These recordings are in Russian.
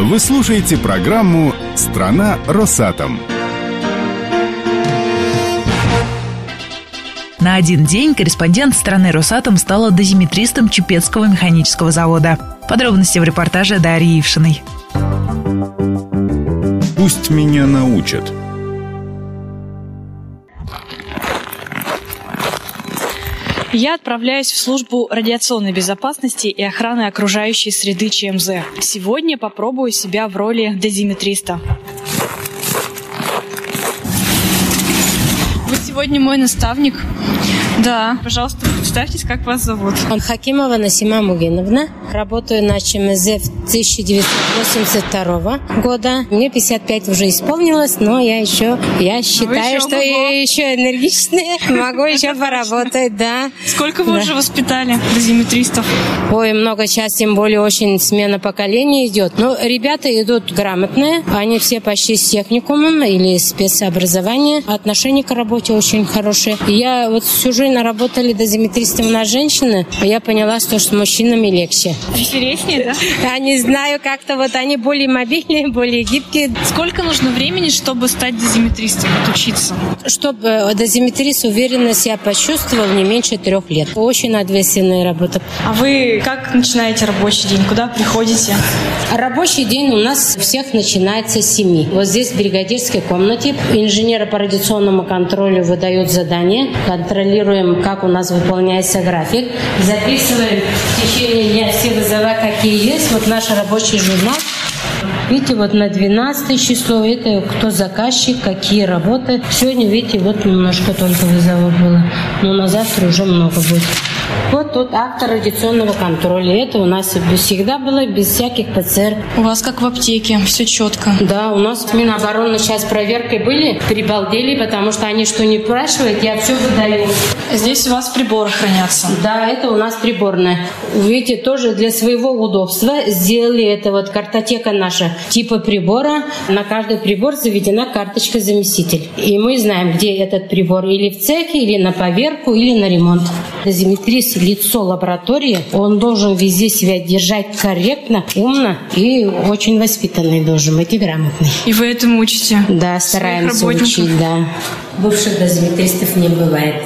Вы слушаете программу «Страна Росатом». На один день корреспондент страны «Росатом» стала дозиметристом Чепецкого механического завода. Подробности в репортаже Дарьи Ившиной. Пусть меня научат. Я отправляюсь в службу радиационной безопасности и охраны окружающей среды ЧМЗ. Сегодня попробую себя в роли дозиметриста. Вы сегодня мой наставник. Да. Пожалуйста, представьтесь, как вас зовут. Хакимова Насима Мугиновна. Работаю на ЧМЗ с 1982 года. Мне 55 уже исполнилось, но я еще, я считаю, еще что ого-го. я еще энергичная. Могу еще поработать, да. Сколько вы Да. уже воспитали дозиметристов? Ой, много сейчас, тем более очень смена поколений идет. Но ребята идут грамотные, они все почти с техникумом или спецобразование. Отношение к работе очень хорошее. И Я вот всю жизнь работали дозиметристом на женщины, и я поняла, что с мужчинами легче. Интереснее, да? Я А не знаю, как-то вот они более мобильные, более гибкие. Сколько нужно времени, чтобы стать дозиметристом, отучиться? Чтобы э, дозиметрист уверенно себя почувствовал не меньше трех лет. Очень ответственная работа. А вы как начинаете рабочий день? Куда приходите? Рабочий день у нас всех начинается с 7. Вот здесь, в бригадирской комнате, инженеры по радиационному контролю выдают задание, контролируем, как у нас выполняется график, записываем в течение дня все вызова, какие есть. Вот наш рабочий журнал. Видите, вот на 12 число, это кто заказчик, какие работы. Сегодня, видите, вот немножко только вызовов было, но на завтра уже много будет. Вот тут актор радиационного контроля. Это у нас и всегда было без всяких ПЦР. У вас как в аптеке, все четко. Да, у нас Минобороны сейчас проверкой были, прибалдели, потому что они что не спрашивают, я все выдаю. Здесь у вас приборы хранятся. Да, это у нас приборная. Видите, тоже для своего удобства сделали это вот картотека наша типа прибора. На каждый прибор заведена карточка-заместитель. И мы знаем, где этот прибор. Или в цехе, или на поверку, или на ремонт. Дозиметрист – лицо лаборатории. Он должен везде себя держать корректно, умно и очень воспитанный должен быть и грамотный. И вы этому учите? Да, стараемся работников. учить, да. Бывших дозиметристов не бывает.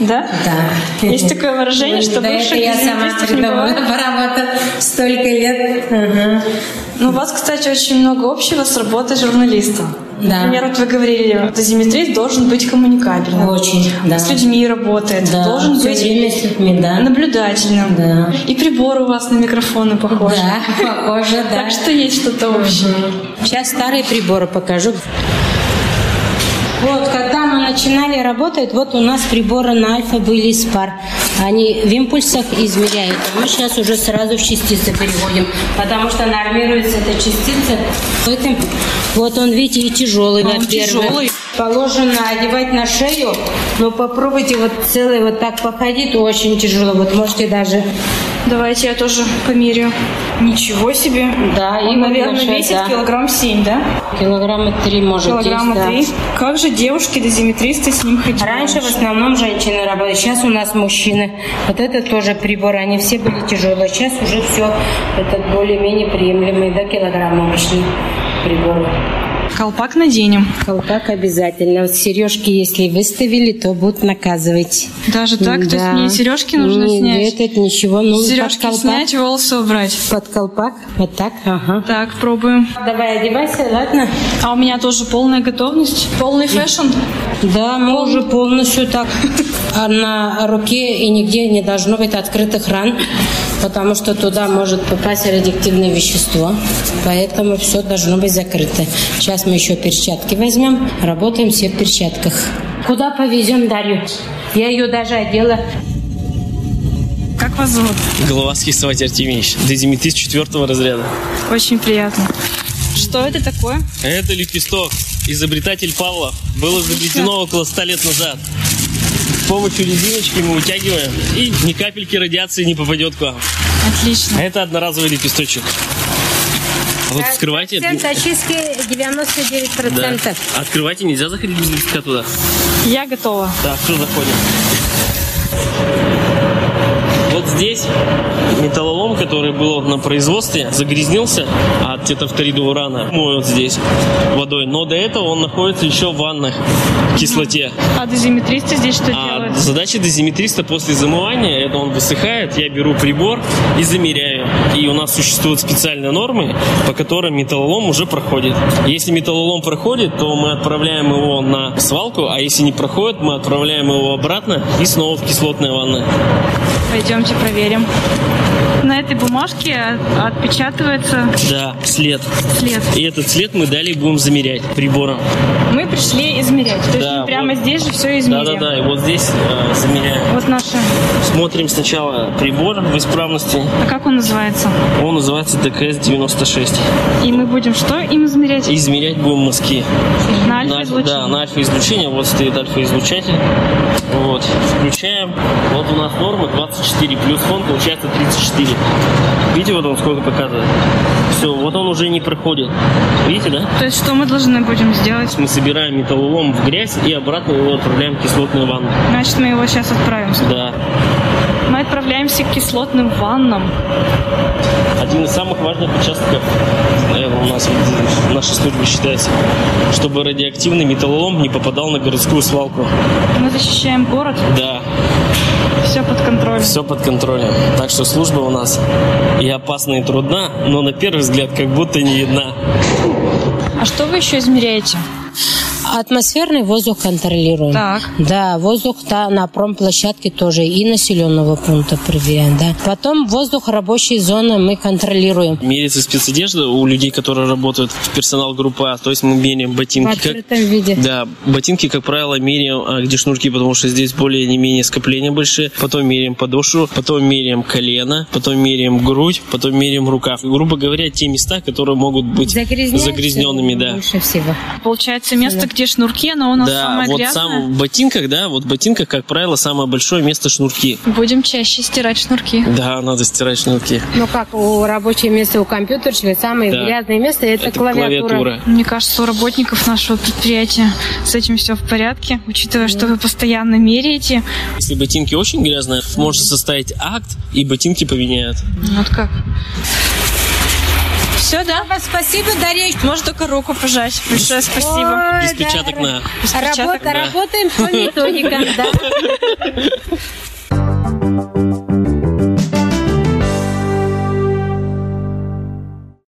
Да? Да. Есть такое выражение, что Да, это бывших я сама дезинфектов не придумала, бывает. поработав столько лет. Ага. Ну, у вас, кстати, очень много общего с работой журналиста. Да. Например, вот вы говорили, дозиметрист должен быть коммуникабельным. Очень, да. С людьми работает. Да, Должен всё быть время с людьми, да. наблюдательным. Да. И прибор у вас на микрофоны похож. Да, похоже, да. Так что есть что-то общее. Сейчас старые приборы покажу. Вот, когда мы начинали работать, вот у нас приборы на альфа были из пар. Они в импульсах измеряют. а Мы сейчас уже сразу в частицы переводим, потому что нормируется эта частица. Вот, им- вот он, видите, и тяжелый, Он во-первых. тяжелый. Положено одевать на шею, но попробуйте вот целый вот так походить, очень тяжело. Вот можете даже Давайте я тоже померяю. Ничего себе. Да, и Он, наверное, большой, весит да. килограмм семь, да? килограмма три, может, Килограмма здесь, да. три. Как же девушки-дозиметристы с ним ходили? Раньше в основном женщины работали, сейчас у нас мужчины. Вот это тоже приборы, они все были тяжелые. Сейчас уже все это более-менее приемлемые, до килограмма обычные приборы. Колпак наденем. Колпак обязательно. Вот сережки, если выставили, то будут наказывать. Даже так? То есть Да. Ну, не сережки нужно Не, снять? Этот ничего, ну под Сережки колпак. снять, волосы убрать. Под колпак, вот так, ага. Так, пробуем. Давай одевайся, ладно? А у меня тоже полная готовность. Полный фэшн. Да, мы уже полностью так А на руке и нигде не должно быть открытых ран, потому что туда может попасть радиоактивное вещество, поэтому все должно быть закрыто. Сейчас мы еще перчатки возьмем, работаем все в перчатках. Куда повезем Дарью? Я ее даже одела. Как вас зовут? Головацкий Саватий Артемьевич, дезиметрист четвертого разряда. Очень приятно. Что это такое? Это лепесток. Изобретатель Павла было изобретено около 100 лет назад. С помощью резиночки мы вытягиваем, и ни капельки радиации не попадет к вам. Отлично. Это одноразовый лепесточек. А Вот открывайте. Процент очистки 99%. Да. Открывайте, нельзя заходить без лепестка туда. Я готова. Да, все заходим. Вот здесь металлолом, который был на производстве, загрязнился от тетрахлорида урана. Моют здесь водой. Но до этого он находится еще в ваннах в кислоте. А дозиметристы здесь что А делают? задача дозиметриста после замывания, это он высыхает, я беру прибор и замеряю. И у нас существуют специальные нормы, по которым металлолом уже проходит. Если металлолом проходит, то мы отправляем его на свалку, а если не проходит, мы отправляем его обратно и снова в кислотные ванны. Пойдемте проверим. На этой бумажке отпечатывается Да, след. след. И этот след мы далее будем замерять прибором. Мы пришли измерять. То есть Да, мы прямо вот. здесь же все измерим. Да-да-да, и вот здесь э, замеряем. Вот наши. Смотрим сначала прибор в исправности. А как он называется? Он называется ДКС-96. И мы будем что им измерять? Измерять будем мазки. На На- альфа-излучение. Да, на альфа-излучение. Вот стоит альфа-излучатель. Вот. Включаем. Вот у нас норма 24. Плюс фон получается 34. Видите, вот он сколько показывает? Все, вот он уже не проходит. Видите, да? То есть что мы должны будем сделать? Мы собираем металлолом в грязь и обратно его отправляем в кислотную ванну. Значит, мы его сейчас отправим. Да. Мы отправляемся к кислотным ваннам. Один из самых важных участков наверное, у нас в нашей службе считается, чтобы радиоактивный металлолом не попадал на городскую свалку. Мы защищаем город, Да, все под контролем. Все под контролем. Так что служба у нас и опасна, и трудна, но на первый взгляд как будто не видна. А что вы еще измеряете? А Атмосферный воздух контролируем. Так. Да, воздух да, на промплощадке тоже и населенного пункта проверяем, да. Потом воздух рабочей зоны мы контролируем. Мерится спецодежда у людей, которые работают в персонал группы А, то есть мы меряем В ботинки. Как- открытом виде. Да, ботинки, как правило, меряем, а, где шнурки, потому что здесь более не менее скопления большие. Потом меряем подошву, потом меряем колено, потом меряем грудь, потом меряем рукав. И, грубо говоря, те места, которые могут быть Загрязняется загрязненными, да. Больше всего. Получается, место, где шнурки, оно у нас Да, самое вот грязное. сам в ботинках, да, вот в ботинках, как правило, самое большое место шнурки. Будем чаще стирать шнурки. Да, надо стирать шнурки. Ну как у рабочее место у компьютерщика самое Да. грязное место это, Это клавиатура. Мне кажется, у работников нашего предприятия с этим все в порядке, учитывая, что вы постоянно меряете. Если ботинки очень грязные, можно составить акт, и ботинки поменяют. Вот как. Все, да? Спасибо, Дарья. Можно только руку пожать. Большое спасибо. Ой, Без печаток да, на... Работа, Да. работаем по методикам, да.